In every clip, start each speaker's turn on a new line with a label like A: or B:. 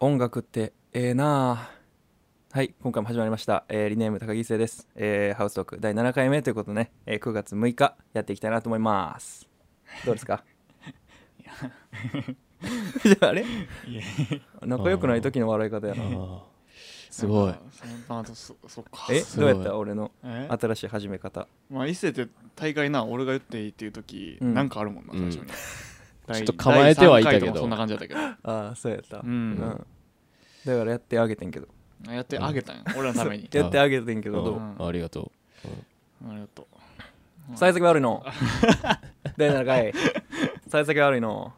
A: 音楽ってええなあはい今回も始まりました、えーリネーム高木生です、えーハウストーク第7回目ということでね、えー9月6日やっていきたいなと思いますどうですか あれ
B: いや
A: 仲良くない時の笑い方やな
C: あーすごい
B: なんかそのパートそそっか
A: え
C: す
A: どう
C: ごい
A: やった俺の
B: え
A: 新しい始め方
B: まあ伊勢って大概な俺が言っていいっていう時、
A: うん
B: なんかあるもんな最初に、
C: ちょっと構えてはいたけど
B: 第三回とかそんな感じだったけど
A: ああそうやった
B: う
A: うんん、だからやってあげてんけど
B: やってあ げたんや俺のために
A: やってあげてんけ
C: う
A: どどうん
C: ありがと
B: ありがとう
A: 幸先悪いの第7回幸先悪いの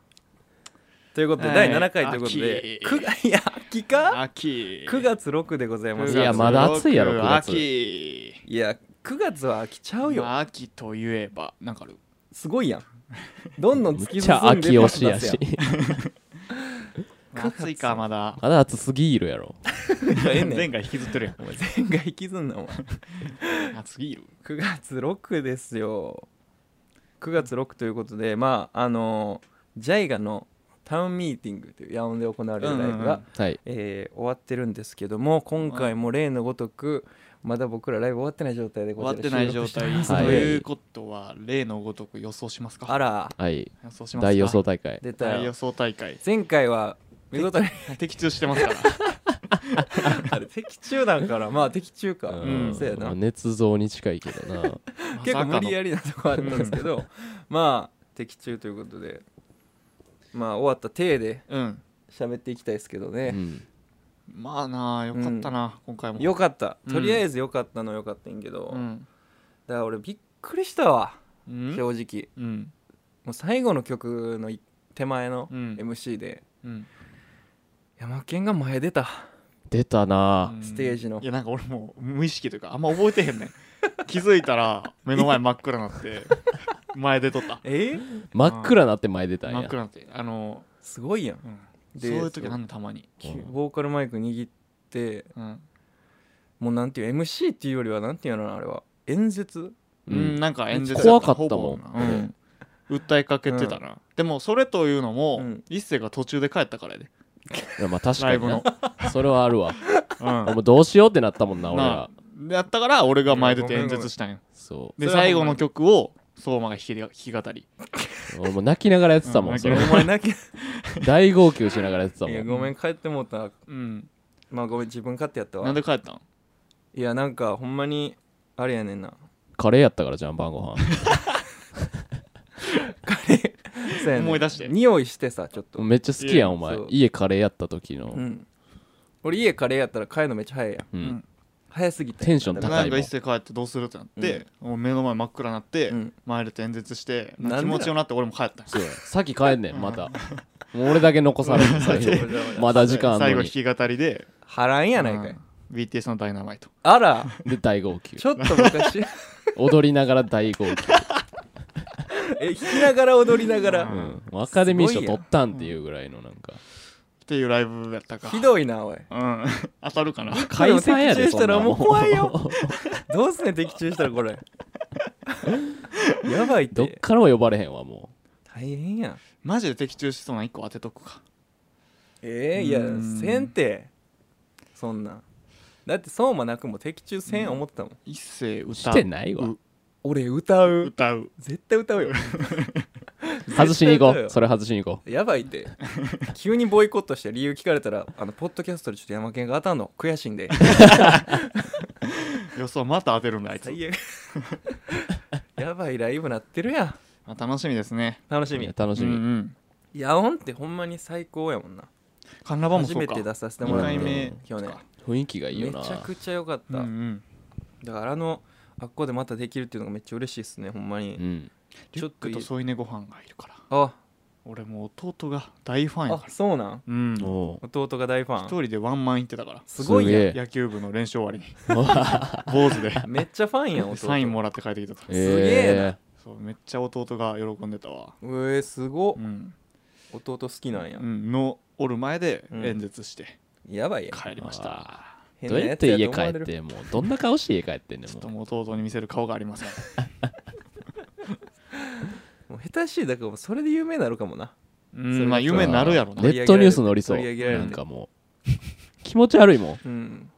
A: ということで、
B: はい
A: 第7回ということで
B: 秋
A: くいや秋か
B: 秋
A: 9月6でございます
C: いやまだ暑いやろ
B: 九
C: 九月
B: 秋
A: いや9月は秋ちゃうよ、
B: まあ秋といえばなんかある
A: すごいやんどんど
C: うんめ
A: 突
C: っ
A: き
C: ち
A: 進
C: ゃ
A: ん
C: 秋
A: で
C: 推しや
A: 出
C: し
A: すや九月
B: 暑いかまだ
C: まだ暑すぎるやろ
A: んいやええね
B: 前
A: ん
B: 回引きずってる
A: お前前回引きずんなお前
B: やん暑すぎる
A: 9月6ですよ9月6ということでまああのジャイガのタウンミーティングという野音で行われるライブが、
B: うんうんうん
C: はい
A: えー終わってるんですけども今回も例のごとくまだ僕らライブ終わってない状態で
B: 終
A: こ
B: わっ
A: ち
B: て
A: ら
B: ない
A: 収
B: 状
A: 録して
B: 態
A: ます
B: と
A: ので
C: はい
B: いうことは例のごとく予想しますか
A: あら
C: はい
B: 予想しますか
C: 大予想大会
A: 出た
B: 大予
A: よ
B: 想大会
A: 前回は見事に
B: 的中してますから
A: あれ的中なんからまあ的中かうんそうや
C: ま
A: な
C: あ捏造に近いけ どな
A: 結構無理
B: り
A: やりなとこあったんですけどまあ的中ということでまあ終わった体で
B: うん
A: 喋っていきたいですけど
C: う
A: ね
C: ん
B: まあなあよかったな、今回も
A: よかった
B: うん
A: とりあえずよかったのよかったんやけど
B: う
A: だか
B: ん
A: ら俺びっくりしたわ
B: うん
A: 正直
B: うん
A: もう最後の曲のい手前の
B: うん
A: MC で
B: うん
A: 山県が前出た
C: 出たな
B: うん
A: ステージの
B: いやなんか俺もう無意識というかあんま覚えてへんねん気づいたら目の前真っ暗なって前出とった
A: え
C: 真っ暗なって前出たん
B: 真っ
C: や
B: 暗なってあの、
A: すごいやん
B: うん、そ
A: で
B: ういう時あんのたまに
C: うん
A: ボーカルマイク握って
B: うん、
A: もうなんていう MC っていうよりはなんていうのあれは演説
C: う
B: うんん、なんか演説
C: 怖かったもん
B: ほぼなうん訴えかけてたな、でもそれというのも、
A: うん
B: 一星が途中で帰ったからやで、
C: いやまあ確
B: ラ
C: か
B: イ
C: に
B: ブ
C: な
B: の、
C: それはあるわ
B: うん、
C: もうどうしようってなったもん な俺
B: な
C: ら
B: やったから俺が前出て演説したんよ
C: そ
B: で
A: それは
B: 最後の曲を相馬が弾き弾き語り
C: う俺も泣きながらやってたも
B: うんん
C: そ
A: お
C: れ
B: 泣
A: 前泣き
C: 大号泣しながらやってたも
A: い
C: ん
A: やごめん帰ってもうた
B: うん
A: まあごめん自分勝手やった
B: な
A: わ
B: んで帰ったん
A: いやなんかほんまにあれやねんな
C: カレーやったからじゃん晩ご飯
A: カレーそうやねん
B: 思い出して
A: 匂いしてさちょっと
C: めっちゃ好きやんお
A: い
C: 前
A: やそう
C: 家カレーやった時
A: う
C: の
A: ん俺家カレーやったら帰るのめっちゃ早いやん
C: うん
A: 早すぎて
C: テンション高いもん
B: なんか一星帰ってどうするってなって、もう目の前真っ暗になって、
A: うん
B: 前出て演説して
A: なんでだ
B: 気持ちよなって俺も帰ったんよ
C: そうや先帰んねんまたもう俺だけ残される最後まだ時間あん
B: 最後
C: の
B: 弾
C: に
B: き語りで
A: 波乱やないかい
B: うん BTS のダイナマイト
A: あら
C: で大号泣
A: ちょっと昔
C: 踊りながら大号泣
A: え弾きながら踊りながら
B: うん
C: もうアカデミー賞取ったんっていうぐらいのなんか
B: っていうライブやったか
A: ひどいなおい
B: うん 当たるかな
A: 解散やで
C: 解散
A: そんなもん
C: そんな
A: どうすね的中したらこ れやばいっ
C: どってからも呼ばれへんわも
A: 大変やん
B: マジで的中しそうな1個当てとくか
A: えー、いうや
B: ん
A: せんてそんなんだってそうもなくも的中せん思ってたもん、
B: 一星
C: う
B: 歌
C: してないわ
B: う
A: 俺歌う
B: 歌う
A: 絶対歌うよ
C: 外しに行
A: 絶
C: こ
A: 対歌
C: うそれ外しに行こ
A: うよやばいって急にボイコットして理由聞かれたらあのポッドキャストでちょっと山県が当たんの悔しいんで
B: 予想また当てるんだあいつ、
A: 最悪 やばいライブなってるやん
B: まあ、楽しみですね
A: 楽
C: う
A: し
C: いや
A: み
C: 楽し
B: うん
C: み
B: うん
A: ヤオンってほんまに最高やもんな
B: カンラバも
A: 初
B: そう
A: め
B: か
A: て出させても
B: 2
A: らっ
B: 回
C: 二
A: て
B: 目
C: う
A: 去年
C: 雰囲気がいいよ
A: め
C: な
A: ちゃくちゃ良かった、
B: うんうん
A: だからあのあっこでまたできるっていうのがめっちゃ嬉しいっすねほんまに、
C: うん
B: リ
A: ちょ
B: ュ
A: っ
B: ッ
A: と
B: ク
A: い
B: と添い寝ご飯がいるから
A: あ
B: 俺もう弟が大ファンや
A: あ
B: から
A: そうなん
B: うん一
C: おう
A: 弟が大ファン
B: 人でワンマン行ってたから
A: すごいやん
C: すげえ
B: 野球部の練習終わりに 坊主で
A: めっちゃファンやん弟
B: サインもらって帰ってきたと
A: えげえな
C: え
B: そうめっちゃ弟が喜んでたわ
A: うえー、すごっ
B: うん、
A: 弟好きなんや、
B: うん、のおる前で
A: うん
B: 演説して
A: やばいやん
B: 帰りました、
A: 変
C: えど
A: な
C: うや
A: や
C: っ
A: つ
C: て
A: や
C: 家
A: と
C: 帰
A: 思わ
C: っ
A: れる
C: てもうどんな顔して家帰ってんねん
B: ちょっと
C: も
B: もう弟に見せる顔がありません
A: もう下手しいだからもうそれで有名になるかもな
B: うんまあ夢になるやろ
C: う
B: な
A: ね
C: ネットニュース乗りそう
A: 取り上げられ
C: な
A: る
C: んかも気持ち悪いもん
A: うん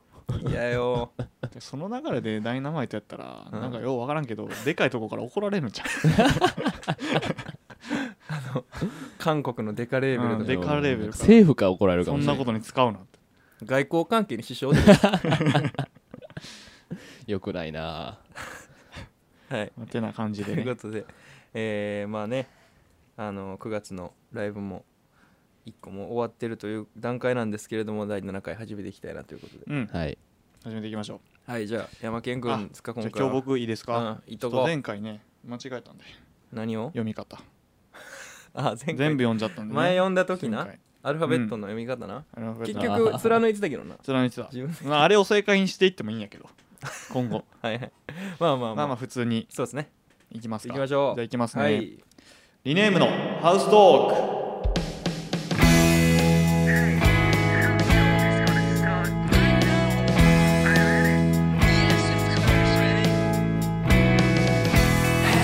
A: いやよ
B: でその流れでダイナマイトやったら、
A: うん
B: なんかようわからんけどでかいとこから怒られるんちゃ
A: 韓国のデカレーベル
B: う
A: の
B: んデカレーベルから
C: 政府から怒られる
B: う
C: か
B: そ
C: も
B: ん
C: しれな
B: ないことに使うなって
A: 外交関係に支障出て
C: よくないな
A: るはい
B: まあてな感じ
A: と
B: で、
A: いう
B: ね
A: こ、とで えーまあねあの9月のライブも1個もう終わってるという段階なんですけれども第7回始めていきたいなということで
B: うん
C: はい
B: 始めていきましょう
A: はいじゃあ山健君ですか今
B: じゃ
A: 回
B: あ今日僕いいですか、
A: うんいっ
B: ち
A: と
B: ょっと
A: こう
B: 前回ね間違えたんで
A: 何を
B: 読み方
A: あ前
B: 全
A: 回
B: 部読んじゃったんで、ね、
A: 前読んだ時
B: 前
A: な
B: 回
A: アルファベットの読み方な
B: アルファベ
A: 結
B: ット
A: 局
C: あー
A: 貫いてたけどな
B: 貫いてた
A: 自分
B: まあ、あれを正解にしていってもいいんやけど今後
A: はいはいまあまあま
B: ま
A: あ
B: あまあ普通に
A: そうですね
B: いきます
A: 行
B: か
A: きましょう
B: じゃあいきますね、
A: はい
B: リネームのハウストーク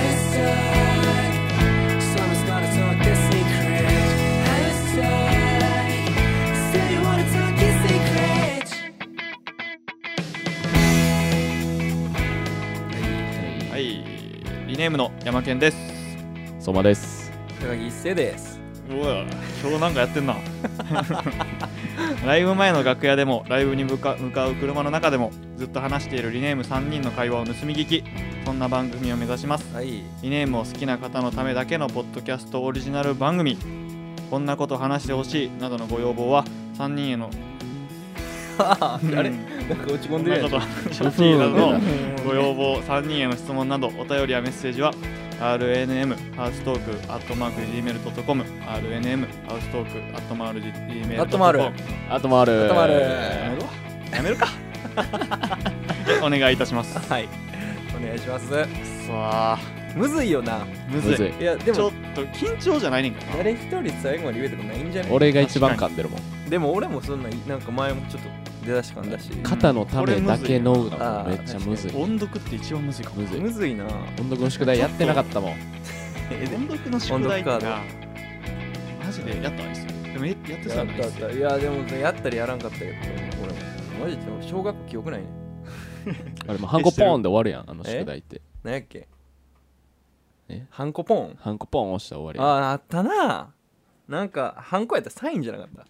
C: は
B: はいいリネームの山健です
C: 相馬です
A: 高木一生です
B: うわ今日なんか やってんなライブ前の楽屋でもライブに向か向かう車の中でもずっと話しているリネーム3人の会話を盗み聞きそんな番組を目指します
A: はい
B: リネームを好きな方のためだけのポッドキャストオリジナル番組こんなこと話してほしいなどのご要望は3人への
A: あ
B: うん
A: れなんか落ち
B: こ
A: 込ん
B: ん
A: で
B: な
A: るや
B: こ
A: ん
B: と話してほしいなどのご要望3人への質問などお便りやメッセージは RNM ハウストークアットマーク Gmail.com RNM ハウストークアットマーク Gmail.com
A: アットマーク
C: あとも ある
A: 頭ある
B: やめるわやめるかでお願いいたしますさ
A: はいお願いします
B: あ
A: むずいよな
B: むず
C: む
B: い
C: ずい
A: いやで
B: ちょ
A: も
B: っと緊張じゃないねんかな
A: 誰一人最後まで言えてこないんじゃない
C: 俺が一番噛んでるもん
A: でも俺もそんななんか前もちょっと出だし感だし
C: 肩のためだけのうだ
A: こ
C: もん
A: れむずいよ
C: めっちゃむずい
B: 音読って一番むずいかも
C: むずい
A: むずいな
C: 音読の宿題やってなかったもん
A: えでも
B: 音読の宿題って
A: 音読
B: なマジでやったんですよでもえやって
A: や
B: さ
A: っ
B: な
A: た
B: いで
A: やっ
B: すよ
A: たいやでもやったりやらんかったけど俺もマジで小学校記憶ないね
C: あれもうハンコポーンで終わるやんあの
A: え
C: 宿題って
A: 何やっけ
C: え
A: ハンコポン
C: ハンコポーン押したら終
A: あ
C: わ
A: ああったななんかハンコやったらサインじゃなかった
C: りやん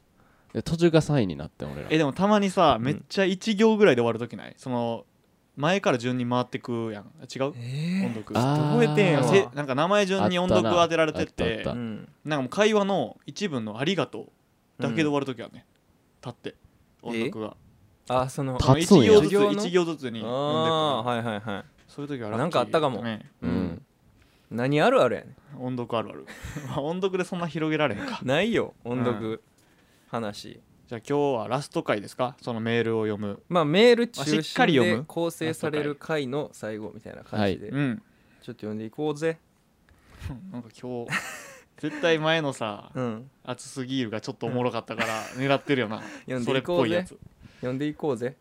C: で途中が3位になってん俺ら
B: えでもたまにさ
A: ん
B: めっちゃ1行ぐらいで終わるときないその前から順に回ってくやん違う音
A: え
B: 読
C: あー
A: 覚えてんよ
B: せなんか名前順に音読当てられてっ
C: あった
B: て
C: なあったあった
A: ん
B: なんかもう会話の一文の「ありがとう」だけで終わるときはね、立って音読が
A: あその
C: た立つん
B: 1
C: や
B: 行ずつ
A: 授業の
B: 一行ずつに読んでく
A: ああーはいはいはい
B: そういう時はラッキー
A: なんかあったかも
B: ね
C: うん
A: 何あるあるやね
B: 音読あるあ るまあ音読でそんな広げられへんか
A: ないよ音
B: う
A: 読話
B: じゃあ今日はラスト回ですかそのメールを読む
A: まあメール中
B: あしっか
A: 心
B: り読
A: で
B: む
A: 構成される回の最後みたいな感じでちょ
B: う
A: っ
B: ん
A: と読んでいこうぜ
B: なんか今日絶対前のさ
A: うん
B: 「熱すぎる」がちょっとおもろかったから狙ってるよな
A: 読ん
B: そ
A: で
B: れ
A: い
B: っ
A: こ
B: ぽ
A: う
B: いや
A: ぜ
B: つ
A: 読んでいこうぜ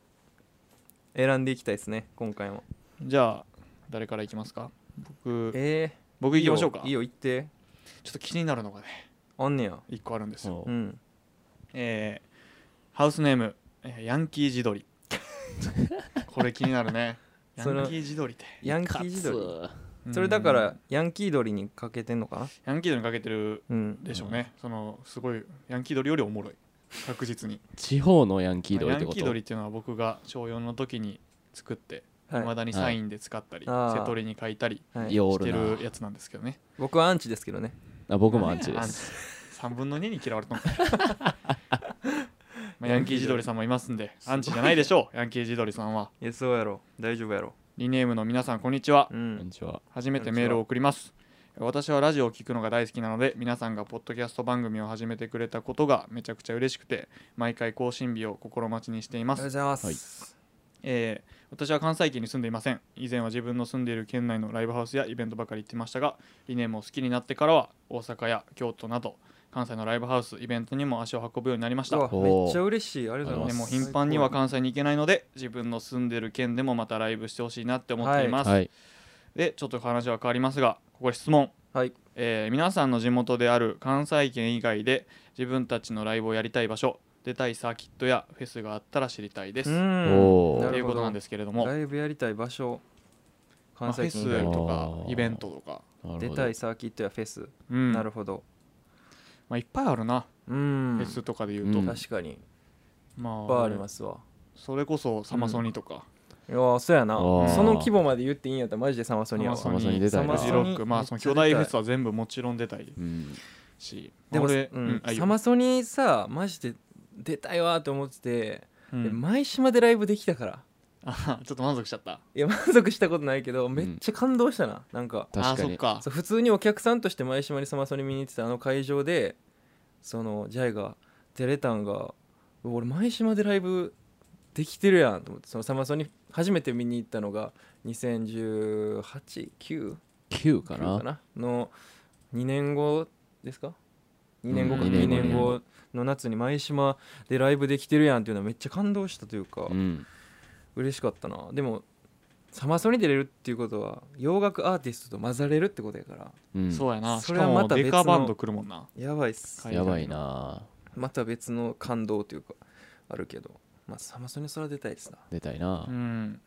A: 選んでいきたいですね今回も
B: じゃあ誰からいきますか僕
A: え
B: 僕
A: ー
B: いきましょうか
A: いいよいいよ行って
B: ちょっと気になるのがね
A: あんねや
B: 一個あるんですよ
C: そう
A: うん
B: えーハウスネームえーヤンキー 地鶏これ気になるねヤン
A: その
B: キー地鶏って
A: ヤンキー時代
C: 勝
A: それだか
B: う
A: ら
B: ん
A: ヤンキー鳥にかけてんのかな
B: ヤンキードにかけてる
A: うん
B: でしょうね、そのすごいヤンキードリよりおもろい確実に
C: つ地方のヤンキード
B: ヤ
C: リって
B: ン
C: こ
B: キ
C: と
B: ードリっていうのは僕が小4の時に作って、
A: はい
B: いまだにサインで使ったり、
A: はい
B: セトリに書いたり
A: はい
C: よう
B: し
C: お
B: て
C: るな
B: るやつなんですけどね
A: 僕はアンチですけどね
C: あ僕もアンチです
B: アンチ3分の2に嫌わ れたのまあヤンキー地鶏さんもいますんでアンチじゃないでしょうヤンキー地鶏さんはい
A: やそうやろ大丈夫やろ
B: リネームの皆さんこんにちは
A: う
C: こん
A: ん
C: にちは
B: 初めてメールを送ります私はラジオを聞くのが大好きなので皆さんがポッドキャスト番組を始めてくれたことがめちゃくちゃ嬉しくて毎回更新日を心待ちにしてい
A: あ
B: ま
A: りがとうご
B: す、
A: ざいます
B: えー私は関西圏に住んでいません以前は自分の住んでいる県内のライブハウスやイベントばかり行ってましたが理念も好きになってからは大阪や京都など関西のライブハウスイベントにも足を運ぶようになりまし
A: う
B: た
A: わめっちゃ嬉しいありがとうござ
B: で
A: い
B: も
A: ます
B: 頻繁には関西に行けないので自分の住んでる県でもまたライブしてほしいなって思っています、
C: はい
B: でちょっと話は変わりますがここで質問
A: はい
B: えー皆さんの地元である関西圏以外で自分たちのライブをやりたい場所出たいサーキットやフェスがあったら知りたいです。
A: ん
C: おー
B: ということなんですすけれども、
A: ライブやりたい場所
B: まあ
A: 関
B: フェ
A: 西
B: ス
A: 近海
B: と
C: あ
B: か
C: ー
B: イベントとか、
A: 出たいサーキットやフェス、
B: うん
A: なるほど
B: まあ、いっぱいあるな、
A: うん
B: フェスとかで言うと、
C: うん
A: 確かにいっ
B: ま
A: ぱい
B: あ
A: ありますわ
B: それこそサマソニとか、
A: いやーそうやな
C: あー
A: その規模まで言っていいんやったらマジでサマソニアは
B: サ
C: マソニ出たいな
B: フジロック、まあその巨大フェスは全部もちろん出たい
C: うん
B: し、
A: でも、
B: まあ俺
A: う
B: うん
A: ん
B: あいいよ
A: サマソニさマジで出たいわーって思ってて、
B: うん
A: で前島でライブできたから
B: あははちょっと満足しちゃった。
A: いや満足したことないけどめっちゃ感動したな、なんか
B: あ
C: 確
B: あ
C: か
B: そっ
C: に
B: か。
A: そう普通にお客さんとして前島にサマソニ見に行ってたあの会場でそのジャイが出れたんが俺前島でライブできてるやんと思ってそのサマソニ初めて見に行ったのが201819
C: 9か
A: か
C: な
A: なの2年後ですか2年後か
B: うん
A: 2
B: 2
A: 年
B: 年
A: 後
C: 後
A: の夏に前島でライブできてるやんっていうのはめっちゃ感動したというか
C: うん
A: 嬉しかったなでもサマソニ出れるっていうことは洋楽アーティストと混ざれるってことやから
C: うん
B: そうやな。
A: そ
B: し
A: れ
B: か
A: はま
B: も
A: た別の
B: デカバンド来るもんな。
A: やばいっす
B: はい
C: やばいな
A: また別の感動というかあるけどまあサマソニそれは出たいですな
C: 出たいな
B: うん。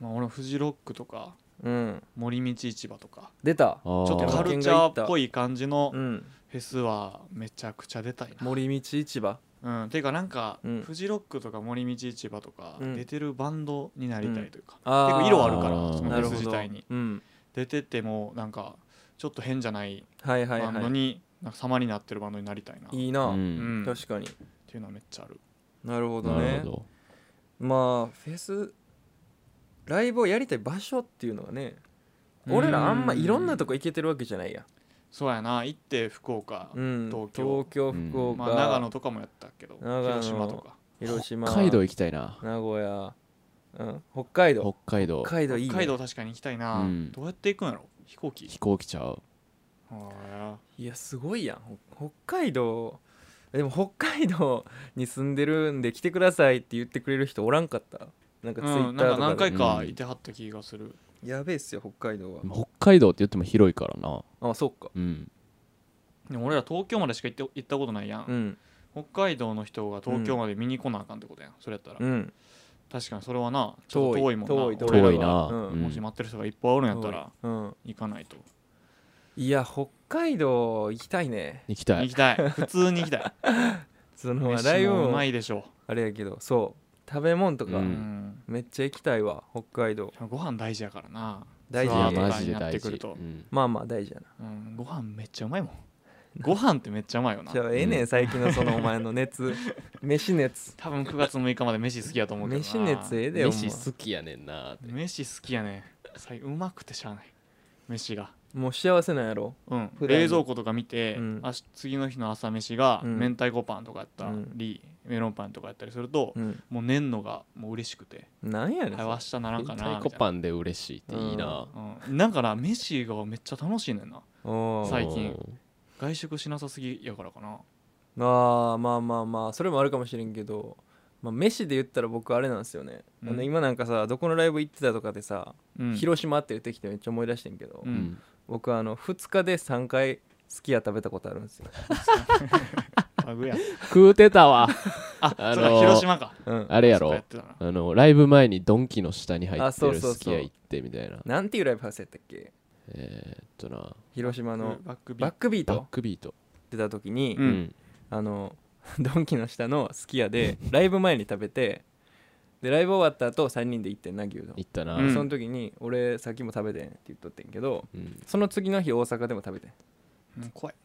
B: まあ俺フジロックとか
A: うん
B: 森道市場とか、
A: 出た
C: ちょ
B: ちょっとカルチャーっぽい感じの
A: うん
B: フェスはめちゃくちゃ出たいな。
A: 森道市場
B: うん。てかなんか
A: うん
B: フジロックとか森道市場とか
A: うん
B: 出てるバンドになりたいというか、
A: あー
B: 結構色あるから
C: あー
B: その
A: な
B: フェ
A: る
B: ス
A: ほ
B: 自
A: ど
B: 体に
A: うん
B: 出ててもなんかちょっと変じゃない
A: はいはい
B: バンド
A: は
B: になんか様になってるバンドになりたいな。
A: いいいうな、
C: ん
B: うん。
A: 確かに
B: っていうのはめっちゃある。
A: なるほど
C: な
A: ね
C: るほ
A: まあフェスライブをやりたい場所っていうのがね俺らあんまいろんなとこ行けてるわけじゃないや
B: そうやな行って福岡、
A: うん
B: 東
A: 東
B: 京
A: 京
C: うん
A: 福岡、
B: まあ、長野とかもやったけど
A: 長野
B: 広島とか
A: 広島
C: ど北海道行きたいな
A: 名古屋、うん、北海道
C: 北海道
A: 北海道いい、ね、
B: 北海道確かに行きたいな、
C: うん
B: どうやって行くんやろ飛行機
C: 飛行機ちゃう
B: あ
A: いやすごいやんほ北海道でも北海道に住んでるんで来てくださいって言ってくれる人おらんかったなん
B: ー
A: かツイ
B: う
A: ッ
B: ん、
A: タ
B: なん
A: ーとか
B: か何
A: で、
B: 回かいてはった気がする、
A: やべえっすよ北海道は、
C: 北海道って言っても広いからな
A: あそっか
C: うん
B: でも俺ら東京までしか行って行ったことないやん、
A: うん
B: 北海道の人が東京まで見に来なあかんってことやんそれやったら、
A: うん
B: 確かにそれはなちょ
A: 遠
B: っと
A: い
B: 遠いもんな
A: 遠い遠
B: 俺らが
C: 遠いな
A: うん
C: うん
B: もし待ってる人がいっぱいおるんやったら
A: うん
B: 行かないと
A: いや北海道行きたいね
C: 行きた
B: 行
C: い
B: きたい 普通に行きたい
A: そのまあライ
B: 飯
A: ブ
B: もう
A: も
B: まいでしょ
A: あれやけどそう食べ物とか、
C: う
B: う、うんん、
A: めっちゃ行きたいわ北海道
B: ご飯大事やからな
A: 大
C: い
A: 事
C: や
A: や
B: ツアー
C: マ
B: とか
C: ジ
B: に
C: で
B: なっ
C: 大
B: てくる
C: 事
B: と
C: うん
A: まあまあ大事やな
B: うん、ご飯めっちゃうまいもんご飯ってめっちゃうまいよ な
A: じゃあええね
C: うん
A: 最近のそのお前の 熱飯熱
B: 多分9月6日まで飯好きやと思うけどな
A: 飯熱ええでお前
C: 飯好きやねんなって
B: 飯好きやね最うまくてしゃあない飯が
A: もう幸せなんやろ
B: うん
A: 普段の
B: 冷蔵庫とか見て、
A: うん
B: あし次の日の朝飯が
A: うん
B: 明太子パンとかやった
A: うん
B: り、メロンパンとかやったりすると、
A: うん
B: もう寝んのがもう嬉しくて
A: なんやねん
B: あ
A: それ
B: 明日ならん
C: 太
B: かなみた
C: 鼓
B: いな
C: パンで嬉しいっていいな
B: うん、なんかな飯がめっちゃ楽しいねんな
A: おー
B: 最近外食しなさすぎやからかな
A: あーまあまあまあそれもあるかもしれんけど、まあ、飯で言ったら僕あれなんですよね、
B: うん
A: あの今なんかさどこのライブ行ってたとかでさ、
B: うん
A: 広島って言ってきてめっちゃ思い出してんけど、
B: う
C: うんん
A: 僕あの2日で3回すき家食べたことあるんですよ、
B: あぐや
C: 食うてたわ
B: あ、
C: あのー
B: そうか広島か
A: うん、
C: あれや
B: そっか
C: ろ
B: やってたな
C: あのライブ前にドンキの下に入
A: あ
C: って
A: そう
C: る
A: そうそう
C: すき家行ってみたいな
A: なんていうライブハウスやったっけ
C: えーっとな
A: 広島の
B: バックビ
A: バックビー
C: バ
A: ト
C: ックビート
A: 出た時に、
B: うん
A: あの ドンキの下のすき家でライブ前に食べてでライブ終わった後3人で行ってんな牛丼、
C: 行ったな
B: うん
A: その時に俺さっきも食べてんって言っとってんけど
C: うん
A: その次の日大阪でも食べてん
B: うん怖い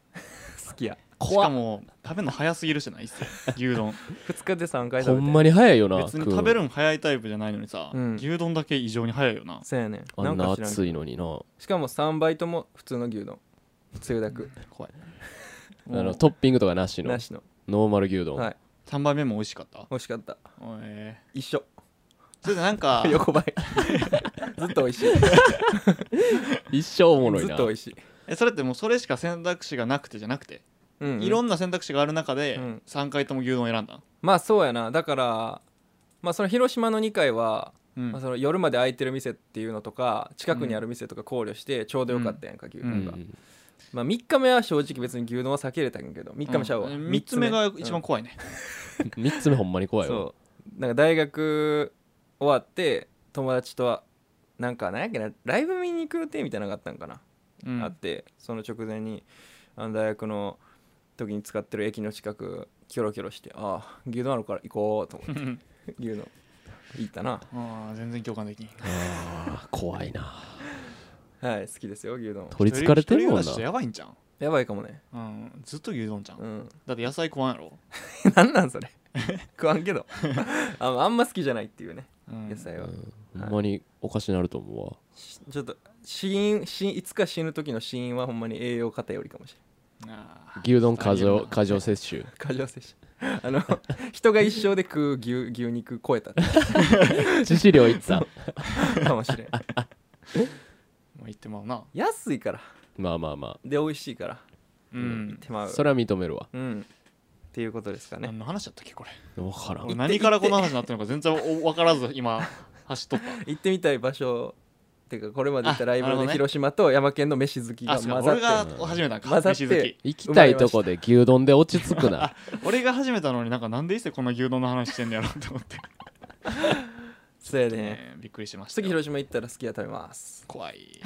A: すき家
B: しかも食べるの早すぎるしな一切牛 丼
A: 2日で3回
C: ほ
A: 食べて
C: んまに早いよな
B: 別に食べ
C: 食う
B: るの早いタイプじゃないのにさ、
A: うん
B: 牛丼だけ異常に早いよな
A: そうやねん
C: あ
A: なんんか
C: な
A: 知らんけ
C: 暑
A: ど
C: いのにな
A: しかも3倍とも普通の牛丼つゆだく
B: 怖い
C: あ
B: も
C: の
B: う
C: トッピングとかなしの
A: なしの
C: ノーマル牛丼、
A: はい
B: 3杯目も美味しかった
A: 美味しかった
B: おいえ
A: 一緒
B: ーそれでなんか
A: 横ばいずっと美味しい
C: 一生おもろい
A: ずっ
C: な
A: と美味しい
B: えそれってもうそれしか選択肢がなくてじゃなくて、
A: うん
B: いろんな選択肢がある中で、
A: うん
B: 3回とも牛丼を選んだ、
A: まあそうやなだからまあその広島の2回は
B: うん
A: まあ、その夜まで空いてる店っていうのとか近くにある店とか考慮してちょうどよかったやんか、牛
C: う
A: 丼が、
C: ん
A: まあ、3日目は正直別に牛丼は避けれたんやけど3日目ちゃうわ、
B: う
A: 三
B: ん三つ目が一番怖いね、
C: 3つ目ほんまに怖いわ
A: そうなんか大学終わって友達とはなんか何やっけなライブ見に行く予定みたいなのがあったんかな、
B: うん
A: あってその直前にあの大学の時に使ってる駅の近くキョロキョロしてああ牛丼あるから行こうと思って牛丼行ったな
B: あー全然共感できん
C: あー怖いな
A: はい好きですよ牛丼
C: 取りつかれてるもん
B: 一人暮らし
C: な
B: じゃやばいんじゃん、
A: やばいかもね
B: うん、ずっと牛丼じゃん、
A: うん
B: だって野菜食わんやろ、
A: 何なんそれ 食わんけどあのあんま好きじゃないっていうね
B: うん、
A: 野菜
C: う
A: は、
C: んほんまにおかしなると思うわ
A: しちょっと死因死因いつか死ぬ時の死因はほんまに栄養偏りかもしれない
B: あー
C: 牛丼過
B: ちょっ
C: 剰
B: とありえるな
C: 過剰摂取
A: 過剰摂取あの 人が一生で食う牛牛肉超えたか
C: 致死量いった
A: もしれん
B: もう言ってまうな
A: 安いから
C: まあまあま
A: で美味しいから
B: うん、
A: 手間
C: あ
A: が
C: それは認めるわ
A: うんっていうことですかね
B: 何の話だったっけこれ
C: 分から
B: 俺
C: ん
B: 何からこの話になってるのか全然お分からず 今走っとっ
A: 行ってみたい場所っていうかこれまで行ったライブ
B: あなるほ
A: のね
B: どね
A: 広島と山県の飯好き
B: たあ
A: が
B: そうか
A: 混
B: 俺
A: ざ
B: が
A: って
B: 始めたんか
A: 混ざっ
B: 飯好き
A: て
C: 行きたいとこで牛丼で落ち着くな
B: 俺が始めたのになんかなんで伊勢こんな牛丼の話してんのやろうと思って、
A: そうやね
B: え ーびっくりしました
A: 次
B: よ
A: 広島行ったら好きや食べます
B: 怖い
C: い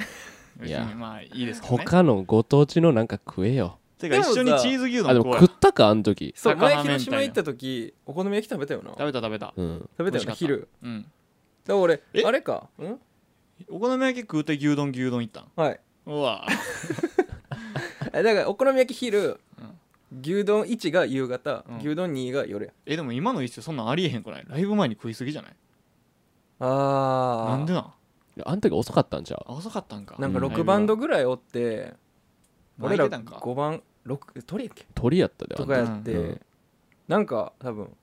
B: 別
C: や
B: にまあいいですけどね
C: 他のご当地のなんか食えよ
B: てか一緒にチーズ牛
C: あで
B: 丼
C: も
B: 食おう
C: 食
B: よ
C: ったかあの時
A: そう
B: 高菜
A: 前広島
B: 明
A: 行った
B: 太
A: 時お好み焼き食べたよな
B: 食べた食べた
C: うん
A: 食べたよ
B: 美味しか
A: な
B: った
A: 昼
B: うん
A: だから俺
B: え
A: あれかうん
B: お好み焼き食うて牛丼牛丼行ったん
A: はいう
B: わ
A: えだからお好み焼き昼
B: うん
A: 牛丼1が夕方
B: うん
A: 牛丼2が夜や
B: えでも今の一世そんなんありえへんくないライブ前に食いすぎじゃない
A: あー
B: なんでなん
C: あの時遅かったんちゃう
B: あ遅かったんか
A: なんか
C: うん
A: 6バンドぐらいおって、
B: 俺
A: 俺
B: ら
A: ら
B: たんか
A: 5番6鳥やっけ
C: 鳥やったであ
A: と
C: ん
A: か
C: た
A: やって、
C: うん
A: なんか多分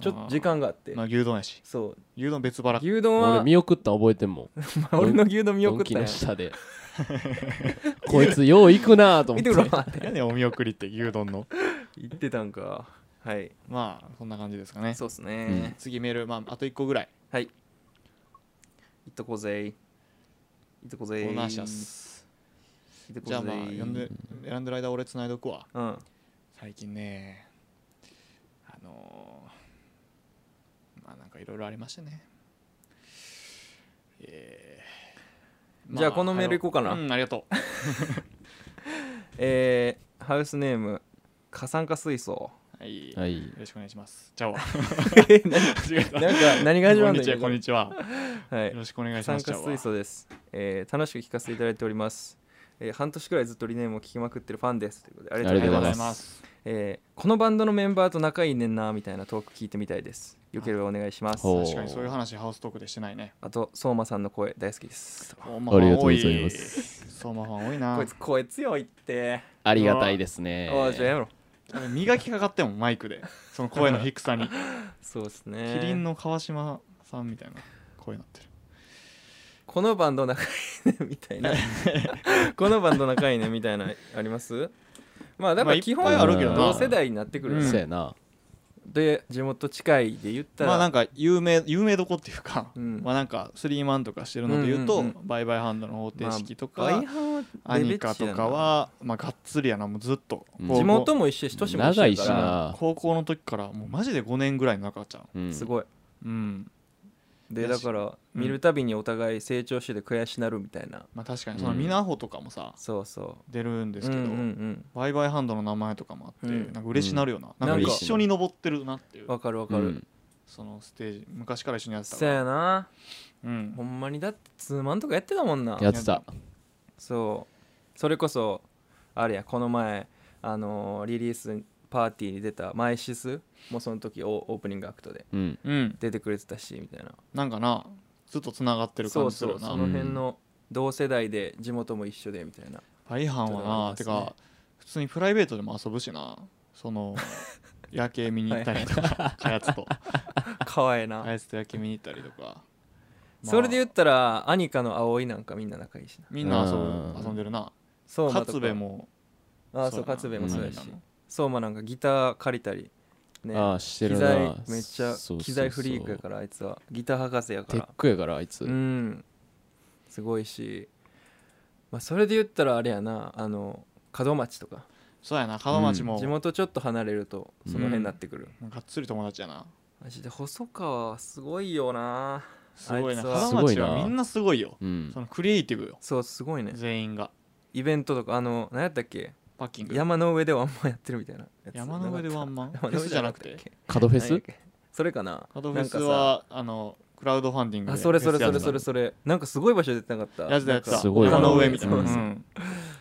A: ちょっと時間があって
B: まあ牛丼やし
A: そう
B: 牛丼別腹
A: 牛丼
C: 俺
A: は
C: 見送ったん覚えてんもん
A: 俺の牛丼見
C: ド
A: 送
C: ン
A: っ
C: キ
A: た
C: の
A: や
C: 下で こいつよう行くなと
A: ん
C: 思
A: 見
C: ってて
A: くろって
B: 何やねんお見送りって牛丼の
A: 言ってたんかはい
B: まあそんな感じですかね
A: そうっすね、
B: 次メールまああと1個ぐらい
A: はい行っとこうぜい行っとこう
B: オ
A: ぜい
B: ーナーシャス
A: 行っとこうぜい
B: じゃあまあ呼んで選んでる間俺繋いどくわ
A: うん
B: 最近ねあのーまあなんかいろいろありましたねえーま
A: じゃあこのメール行こうかな
B: うんありがとう
A: えー、ハウスネーム過酸化水 素
B: はいよ
C: はい
B: ろしくお願いしますじゃあ
A: え何
B: 間違えた
A: なんか何が始ま
B: こん
A: るん
B: に
A: だ
B: ちはこんに
A: よ
B: ちは
A: はい
B: よろしくお願いしま
A: 酸
B: すじ
A: 化
B: ゃあ
A: 水素です、えー楽しく聞かせていただいております、えー半年くらいずっとリネームを聞きまくってるファンですということでありがとうござい
C: ありがとうござ
A: ま
C: い
A: す
B: ます
A: えーこのバンドのメンバーと仲いいねんなみたいなトーク聞いてみたいですよければお願いします
C: ほう
B: 確かにそういう話ハウストークでしてないね
A: あと相馬さんの声大好きです
B: ありが
C: りがとうございます
B: 相馬フ ァン多いな
A: こいつ声強いって、
C: ありがたいですね
A: ああじゃあやめろ
B: 磨きかかってもんマイクでその声の低 さに
A: そうですね
B: キリンの川島さんみたいな声になってる
A: このバンド仲いいねみたいなこのバンド仲いいねみたいなありますまあだから
B: まあいっぱい
A: 基本
C: あるけどな
A: 同世代になってくるよね、
B: うん
C: そうやな
A: で地元近いで言ったら、
B: まあなんか有名有名どこっていうか、
A: うん
B: まあなんかスリーマンとかしてるので言うと、
A: うんうんう
B: バイバイハンドの方程式とか、
A: まあ外反は
B: ア
A: レベ
B: ニ
A: チやな
B: カとかはまあがっつりやなもうずっと、
C: うん
B: 高校
A: 地元も一緒やし都市も一緒
C: 長
A: や
C: い
A: か
C: し
A: ら
C: な
B: 高校の時からもうマジで5年ぐらいの中ちゃん
C: うん
A: すごい
B: うん
A: で
B: だ
A: だ
B: し
A: から見るたびにお互い成長してて悔しなるみたいな
B: まあ確かに
C: うん
B: そのミナホとかもさ、
A: そうそ
B: 出るん
A: う
B: ですけど、
A: うんうんうん
B: バイバイハンドの名前とかもあって、
A: うん
B: なんか嬉しなるよな,、
A: うん
B: なんか
A: なん
C: か
B: 一緒に登ってるなっていう
A: わかるわ
C: う
A: かる、
C: ん
B: そのステージ昔から一緒にやってた
A: そ
B: か
A: う
B: ら
A: やな
B: うん
A: ほんまにだってツーマンとかやってたもんな
C: やってた
A: そうそれこそあれやこの前あのーリリースパーティーに出たマイシスもその時オオープニングアクトで
C: うん
B: うん
A: 出てくれてたしみたいな
B: なんかなずっとつながってる
A: そ
B: 感
A: う
B: じす
A: そ
B: る
A: う
B: よな
A: その辺の同世代で地元も一緒でみた いな
B: バイハンはな、
A: ち
B: て
A: ょっとありますね
B: か普通にプライベートでも遊ぶしな その夜景見に行ったりとかかやつと
A: 可愛いな、
B: かやつと夜景見に行ったりとか、まあ
A: それで言ったらアニカの葵なんかみんな仲いいしな
B: みんな遊
C: うん
B: ぶ遊んでるな
A: そう
B: 勝部も
A: ああ
B: そ
A: そう
B: うやな
A: 勝部もそうやし
B: うん
A: 相馬なんかギター借りたりね
C: ああして
A: 機
C: る
A: 材
C: な
A: めっちゃ
C: そうそうそう
A: 機材フリークやからあいつはギター博士やか
C: テッ
A: ら
C: クやからあいつ
A: うんすごいしまあそれで言ったらあれやなあの門町とか
B: そうやな門町も、
A: 地元ちょっと離れるとその辺になってくる、
B: がっつり友達やな
A: マジで細川はすごいよな
B: すごいな
A: あいつは
B: 門
C: す
B: 町
C: ごい
B: は
C: な
B: みんなすごいよ
C: うん
B: そのクリエイティブよ
A: そうすごいね
B: 全員が
A: イベントとかあの何やったっけ
B: パッキング
A: 山の上でワンマンやってるみたいなやつ
B: 山の上でワンマン
A: 山
B: フ
A: の
B: ェ
A: 上
B: ス
A: で
B: じ
A: ワ
B: ゃ
A: ンマン
B: なく
A: や
B: て
A: ったっけ
C: カドフェ
A: 何やっ
C: ス
A: けそれかな
B: カドフェスはあのクラウドファンディング
A: あ
B: で
A: それそれ
B: フェ
A: そ
B: ス
A: れ
B: やって
A: それそれなんかすごい場所出てなかった
B: たやつだやつ
A: なん
B: だ
A: か
C: すごいわ
B: 丘の上みたいな、
A: そう
B: う
A: です
B: ん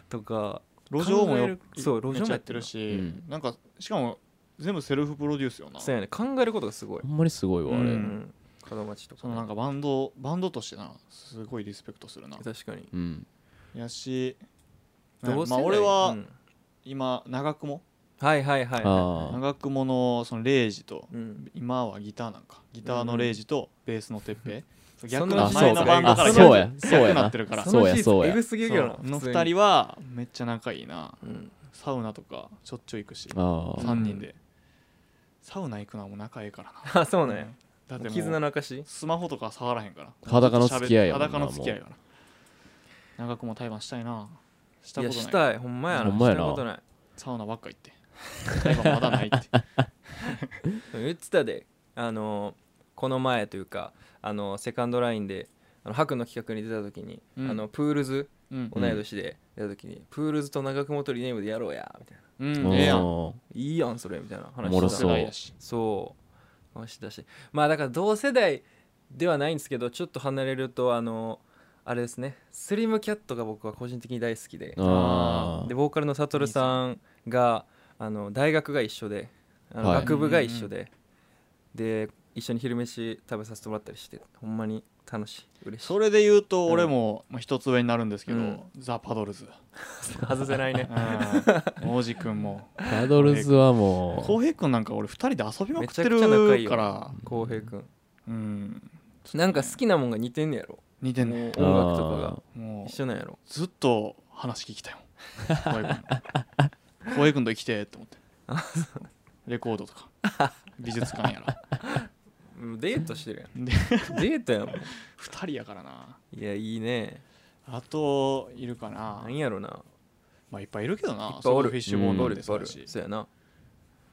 A: とか
B: 路上も
A: 考え
B: よ
A: るそう路上も
B: めっちゃやってるし、
C: うん
B: なんかしかも全部セルフプロデュースよな
A: そうやね考えることがすごい
C: ほんまにすごいわあ
A: う
C: れうん
A: ん門町とか
B: そのなんかバンドバンドとしてなすごいリスペクトするな
A: 確かに
B: やし、
A: 同世代
B: まあ俺は
A: うん
B: 今長雲、
A: はいはいはいは
C: あ
B: 長雲のそのレイジと
A: いうん
B: 今はギターなんかギターのレイジとベースのてっぺい、そう逆
A: そんな
B: の
A: 時代
B: 前のバンドから
A: あそう
C: や
B: 逆
C: そうやそうやな
B: 逆なってるから
C: そうやそうや
A: エグすぎるよ
B: そう
A: な
B: の
A: 普通
B: 2
A: に
B: 人はめっちゃ仲いいな
A: うん
B: サウナとかちょっちょ行くし
C: あ
A: さ
C: あ
B: 3人で、サウナ行くのはもう仲いいからな
A: あそうなんや
B: だっても
A: 絆
B: う
A: の証
B: スマホとか触らへんから
C: 裸の付き合いやもんな
B: 裸の付き合いやから長くも対バンしたいなした
A: いや
B: ことない
A: したいほんまやな
C: ほんまや
A: し
C: な
A: たことない
B: サウナばっか行って対バンまだな いって
A: 言ってたであのこの前というかあのセカンドラインであの白の企画に出た時に、
B: うん
A: あのプールズ
B: うん
A: 同い年で出た時に、プールズと長雲とリネームでやろうやみたいな
B: うん
C: お
B: ええやん
C: ー
A: いいやんそれみたいな話
C: おもろ
A: してた
C: そう
B: 世代やし
A: そう話してたしまあだから同世代ではないんですけどちょっと離れるとあのあれですねスリムキャットが僕は個人的に大好きで
C: あ
A: でボーカルの悟さんがあの大学が一緒であの
C: はい
A: 学部が一緒で、で一緒に昼飯食べさせてもらったりしてほんまに楽しい嬉しい
B: それで言うと俺もまあ一つ上になるんですけど、
A: うん
B: ザ・パドルズ、
A: 外せないね
B: うん、王子くんも
C: あパドルズはも
B: 浩平くんなんか俺二人で遊びまくって
A: めちゃくちゃ仲い
B: る
A: いよ
B: から
A: 浩平くん
B: うん
A: なんか好きなもんが似てんねやろ
B: 似てん
A: も
B: ね
C: う
A: う音楽とか
C: あー
A: が
B: もう
A: 一緒なんやろ
B: ずっと話聞きたい もん浩平君と生きてって思ってレコードとか美術館やら
A: うんデートしてるや ん
B: で
A: デートやもん
B: 二人やからない
A: やいいね
B: あといるか
A: な
B: なん
A: やろな
B: まあいっぱいいるけどない
A: っぱいおる
B: それこそフィッシュボーン
C: うん
B: ド
A: ボ
B: ル
A: ル
B: です
A: ボル
B: し
A: そうやな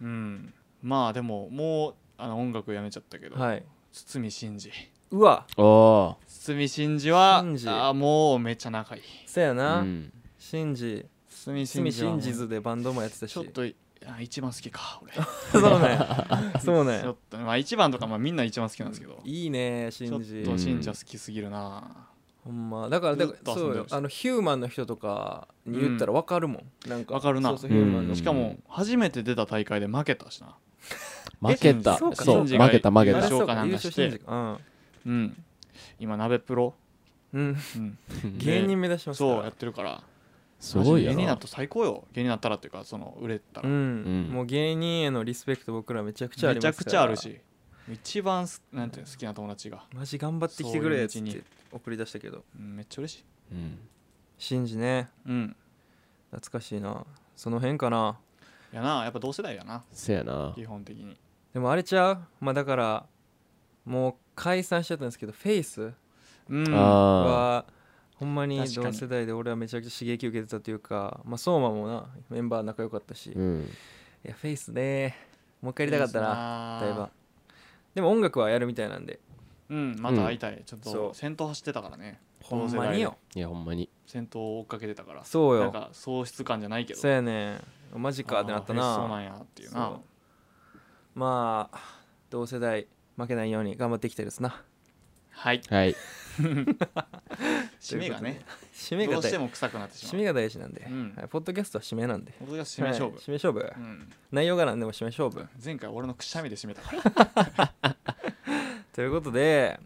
B: うんまあでももうあの音楽やめちゃったけど、
A: はい
B: 堤真二
A: うわ
C: うお
B: 堤真二は
A: 真二
B: あーもうめっちゃ仲いい
A: そうや
C: ー
A: な、
C: うん
A: シンジ
B: 堤
A: スミ
B: 真二は
A: シ
B: も
A: ン
B: う
A: ジズでバンドもやってたし
B: ちょっといあ一番好きか俺
A: そうなんやそうなん
B: ちょ
A: や
B: っとまあ一番とかまあみんな一番好きなんですけど
A: いいねシ
B: ちょ
A: ン
B: っ
A: ジ
B: と信者好きすぎるな、
A: ほんまだからだか
B: ずっ
A: ら
B: と遊ん
A: そう
B: でる
A: よあのヒューマンの人とかに言ったら分かるもん、なんか
B: わかるな
A: そうそうヒューマン
C: う
A: の
C: ん
B: しかも初めて出た大会で負けたしな、
C: 負けた
B: え
C: そ
A: そううか
C: 負
B: 信じが
C: けた負け
B: う
A: あ
B: ん
A: れ
C: た
A: そうか
B: 優
A: 優
B: 勝
A: 勝シン
B: かなんか
A: ジか
B: うん、今鍋プロ、
A: うん、うん、
B: うん、
A: 芸人目指しますから
B: そうやってるから
C: すごい
B: マジで
C: よ
B: 芸人にな
C: な
B: ったら最高よ芸人になったらっていうかその売れた
A: う
B: ら、
A: ん、
C: うん
A: もう芸人へのリスペクト僕らめちゃくちゃあり
B: め
A: ます
B: ち
A: から
B: ゃくちゃあるし一番すなんていうの好きな友達が、
A: マジ頑張ってきてくれっつっ
B: そういう
A: て送り出したけど
B: うん、めっちゃ嬉しい、
C: うん
A: シンジね
B: うん、
A: 懐かしいなその辺かな
B: やなやっぱ同世代やな
C: せやな
B: 基本的に
A: でもあれちゃうまあだからもう解散しちゃったんですけどフェイス
B: うん
C: あ
A: はほんまに
B: 確かに
A: 同世代で俺はめちゃくちゃ刺激受けてたというかまあ相馬もなメンバー仲良かったし、
C: ーう
A: い
C: ん
A: やフェイスねもう一回やりたかったな
B: だ
A: だいぶでも音楽はやるみたいなんで
B: うんまた会いたい、ちょっ
A: そ
B: と
A: う
B: 先頭走ってたからね
A: ほんまによ
C: いやほんまに
B: 先頭を追っかけてたから
A: そう
B: なん
A: よ
B: か喪失感じゃないけど
A: そうやねんマジかってなった
B: あー
A: な
B: そうなんやっていうな
A: そうまあ同世代負けないように頑張っていきたいですな
B: はい
C: はい
B: 締めがね
A: 締め
B: ど
A: が
B: うして
A: 大
B: も臭くなってし
A: 締
B: まう
A: めが大事なんで、
B: うん
A: はいポッドキャストは締めなんで
B: 俺が締め勝負、
A: はい締め勝負、
B: うん、
A: 内容が何でも締め勝負
B: 前回俺のくしゃみで締めたから
A: ということで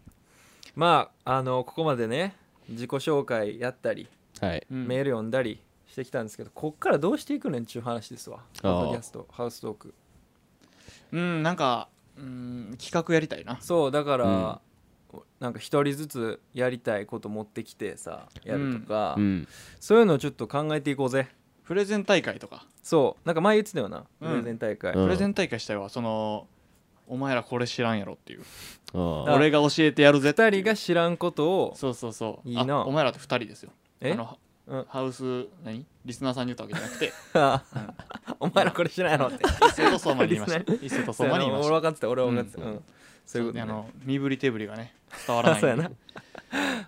A: まああのここまでね自己紹介やったり、
C: はい
B: うん
A: メール読んだりしてきたんですけどこっからどうしていくねんちゅう話ですわポッドキャストハウストーク
B: うんなんかうん企画やりたいな
A: そうだから、なんか一人ずつやりたいこと持ってきてさやるとか、
C: うん
A: そういうのをちょっと考えていこうぜ
B: プレゼン大会とか、
A: そうなんか前言ってたよな、
B: うん
A: プレゼン大会、
C: うん
B: プレゼン大会したいわそのお前らこれ知らんやろっていう
C: あ
A: あ
C: ー
B: 俺が教えてやるぜってい
A: 二
B: う
A: 人が知らんことを
B: そうそうそう
A: いいな
B: あお前らって2人ですよ
A: え
B: あの
A: うん
B: ハウス何リスナーさんに言ったわけじゃなくて
A: お前らこれしないのって
B: 一斉と相馬に言いま した一斉と
A: そう
B: 相
A: や
B: 馬に
A: な
B: 言いま
A: 俺
B: し
A: 分かってた俺は分かってた、う
B: う
A: んんそういうこ
B: たあ
A: と、ね、
B: の身振り手振りがね伝わらな い
A: そうやな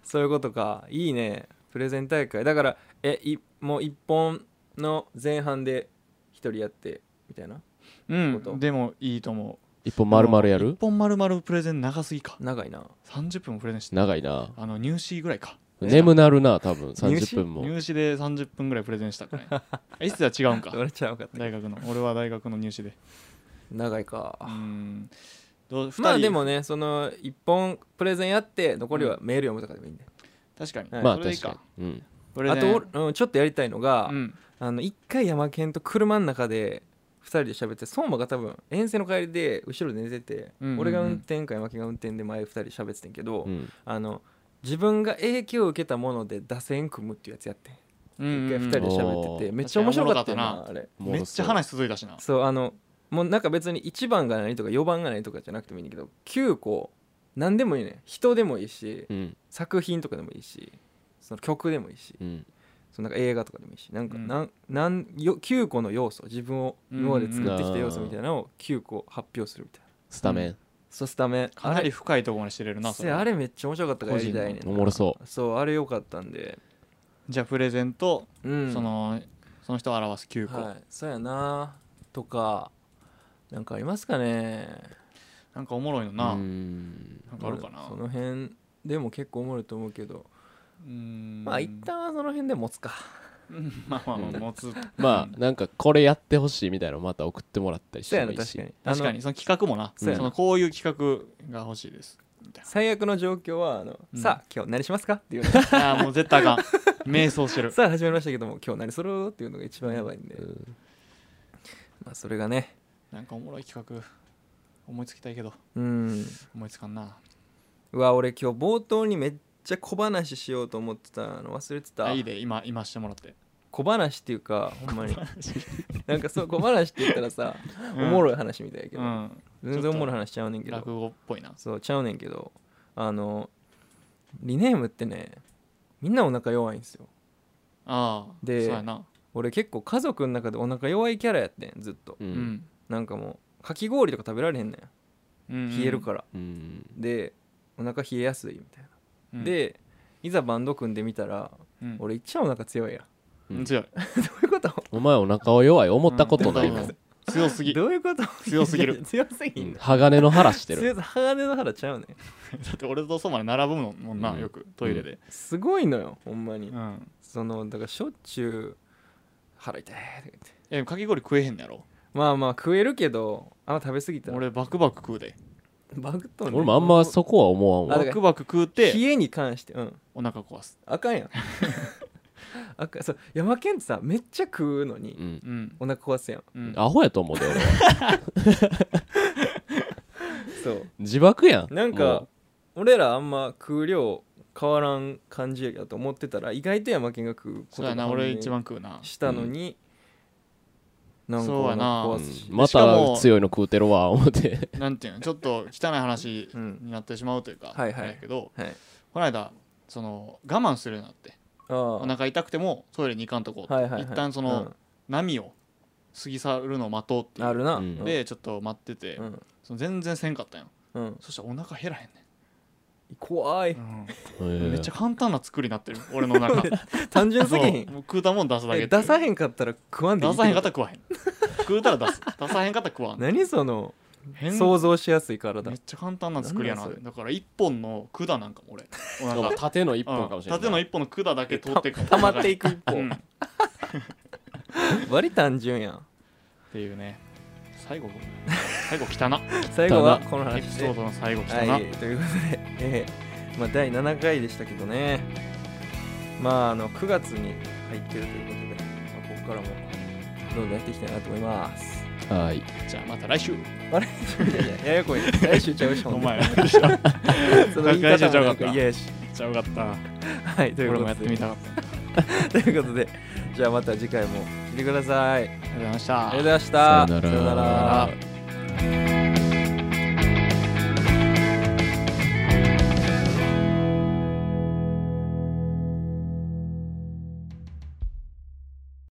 A: そういうことかいいねプレゼン大会だからえいもう一本の前半で一人やってみたいな
B: う
A: こと
B: んでもいいと思う
C: 一本丸々や
B: あの
C: る
B: 一本丸々プレゼン長すぎか
A: 長いな
B: 30分もプレゼンして
C: 長いな
B: あの入試ぐらいか
C: 眠なるな多分
A: 入試
C: 30分も
B: 入試で30分ぐらいプレゼンし たからねあいつは違うんか
A: どれちゃうかった
B: 大学の俺は大学の入試で
A: 長いか
B: うんどう
A: まあ
B: 二人
A: でもねその一本プレゼンやって残りはメール読むとかでもいいんで、
B: 確かに
A: はい
C: まあ
B: それでいい
C: 確かにうん
B: プレ
A: あ
B: ゼン
A: と、おうん、ちょっとやりたいのが、
B: うん
A: あの一回山県と車の中で2人で喋って相馬が多分遠征の帰りで後ろで寝てて、
B: うんうんうん
A: 俺が運転か山県が運転で前2人で喋ってたんやけど、
C: うん
A: あの自分が影響を受けたもので打線組むっていうやつやってん
B: うん
A: 一回2
B: う
A: 人で
B: ん
A: 喋っててめっちゃ面白かったよ
B: 確
A: なあれ
C: おも
B: め
C: ろ
B: っち
C: そ
B: ゃ
C: う
B: 話続いたしな
A: そうあのもうなんか別に1番が何とか4番が何とかじゃなくてもいいんだけど9個何でもいいね人でもいいし
C: うん
A: 作品とかでもいいしその曲でもいいし
C: うん
A: そのなんか映画とかでもいいしなんか
B: うん
A: なん、なんよ9個の要素自分を今まで作ってきた要素みたいなのを9個発表するみたいな
C: スタメン
A: そうスタメン
B: かなり深いところまで知れるなそ
A: せ
B: れ
A: やあれめっちゃ面白かったからやりたいねん
C: おもろそう
A: そうあれ良かったんで
B: じゃあプレゼンと
A: うん
B: そのその人を表す9個
A: はいそうやなとかなんかありますかね
B: なんかおもろいの
C: う
B: なんなんかあるかな
A: その辺でも結構おもろいと思うけど
B: うん
A: まあ一旦はその辺で持つか
B: うんまあまあまあ持つ
C: まあなんかこれやってほしいみたいなのまた送ってもらったりし
A: そう
C: て
A: や
C: も
A: ない
C: い
A: 確
C: し
A: かに
B: 確かにその企画もな
A: そうや
B: そ
A: な
B: のこういう企画が欲し いです
A: あの最悪の状況はあの、
B: うん
A: さあ今日何しますかっていう の
B: ああもう絶対あかん迷走 してる
A: さあ始まりましたけども今日何するっていうのが一番やばいんで、
C: うん
A: まあそれがね
B: なんかおもろい企画思いつきたいけど
A: うん
B: 思いつかんな
A: うわ俺今日冒頭にめっちゃ小話しようと思ってたの忘れてた
B: あいいで今今してもらって
A: 小話っていうかほんまになんかそう小話って言ったらさ、
B: うん
A: おもろい話みたいやけ
B: う
A: ど、
B: ん
A: 全然おもろい話ちゃうねんけど
B: 落語っぽいな
A: そうちゃうねんけどあのリネームってねみんなお腹弱いんですよ
B: ああ
A: で
B: そうやな
A: 俺結構家族の中でお腹弱いキャラやってんずっと
C: う
B: うんん
A: なんかもうかき氷とか食べられへんねん冷える
B: ら
A: から、
C: うん
A: でお腹冷えやすいみたいな、、でいざバンド組んでみたら
B: うんうん
A: 俺いっちゃお腹強いやん
C: うん
B: 強い
A: どういうこと
C: お前お腹は弱い思ったことないも
B: うん
C: ん
B: 強すぎだ
A: どういうこと
B: 強すぎる
A: 強すぎ
C: うん
A: んな
C: 鋼の腹してる
A: 強す鋼の腹ちゃうねん
B: って俺とそばで並ぶもんな、
C: うん
B: よくトイレです
A: ごいのよほんまに、
B: うん、
A: そのだからしょっちゅう腹痛いとか言って
B: えかき氷食えへんのやろ
A: まあまあ食えるけどあんま食べ過ぎたら
B: 俺バクバク食うで
A: バグっとんね
C: 俺もあんまそこは思わん
A: あだ
C: わ
B: バ
A: から
B: クバク食う
A: 冷
B: て
A: えに関してうん
B: お腹壊す
A: あかんや んあかんそう山県ってさめっちゃ食うのに、
C: うん
B: うん
A: お腹壊すやん
B: うん
C: アホやと思うで俺 は
A: そう
C: 自爆やん
A: なんか俺らあんま食う量変わらん感じやと思ってたら意外と山県が食うこ
B: そ
A: と
B: うやな
A: 判明
B: 俺一番食うな
A: したのに、なんか
B: そうやな
A: お腹
C: もうう
A: 壊すし
C: んま
B: しかも
C: た強いの食うてるわ思って
B: なんていうのちょっと汚い話
A: うん
B: になってしまうというか、
A: はいはい
B: あれやけど
A: はい
B: この間その我慢するようになって
A: ああ
B: お腹痛くてもトイレに行かんとこうって、
A: はいはいはい
B: 一旦その、波を過ぎ去るのを待とうって
A: うん
B: いう
A: あるな、
C: うん
B: でちょっと待ってて、
A: うん
B: その全然せんかったんよ
A: うん、
B: そしたらお腹減らへんね
A: 怖い
B: ん、
C: め
B: めっちゃ簡単な作りになってる俺の お腹
A: 単純すぎ
B: そう
A: ひん
B: もう食うたもん出すだけ
A: え出さ
B: ん
A: へんかったら食わんでいい
B: 出
A: って
B: さ
A: こと
B: へんかったら食わへん食うたら出す出さへんかったら食わん
A: 何その
B: 変
A: 想像しやすい体
B: めっちゃ簡単な作りやな
A: なんなんそ
B: だから一本の管なんかも 俺お腹
C: 縦の一
B: うん
C: 本かもしれない
B: 縦の一本の管だけ通っていく
A: 溜まっていく一
B: う
A: 方
B: んっ
A: 割り単純やん
B: ていうね最後最後 汚な
A: 最後はこの話
B: エピソ
A: で
B: ードの最後汚な、
A: はいということで、えーまあ、第7回でしたけどねまああの9月に入ってるということで、まあ、ここからもどんどんやっていきたいなと思います
C: はい
B: じゃあまた来週
A: あれいやいやややこいな来週ちゃうしほ
B: お
A: んで
B: 前らでした
A: その言い方もなんか嫌やし
B: ちゃうかった
A: はいという
B: 俺
A: こ
B: もや
A: と
B: ってみ
A: で
B: たかったあり
A: ということでじゃあまた次回も来てください
B: がとうございました
A: ありがとうございました
C: さよなら
A: さよなら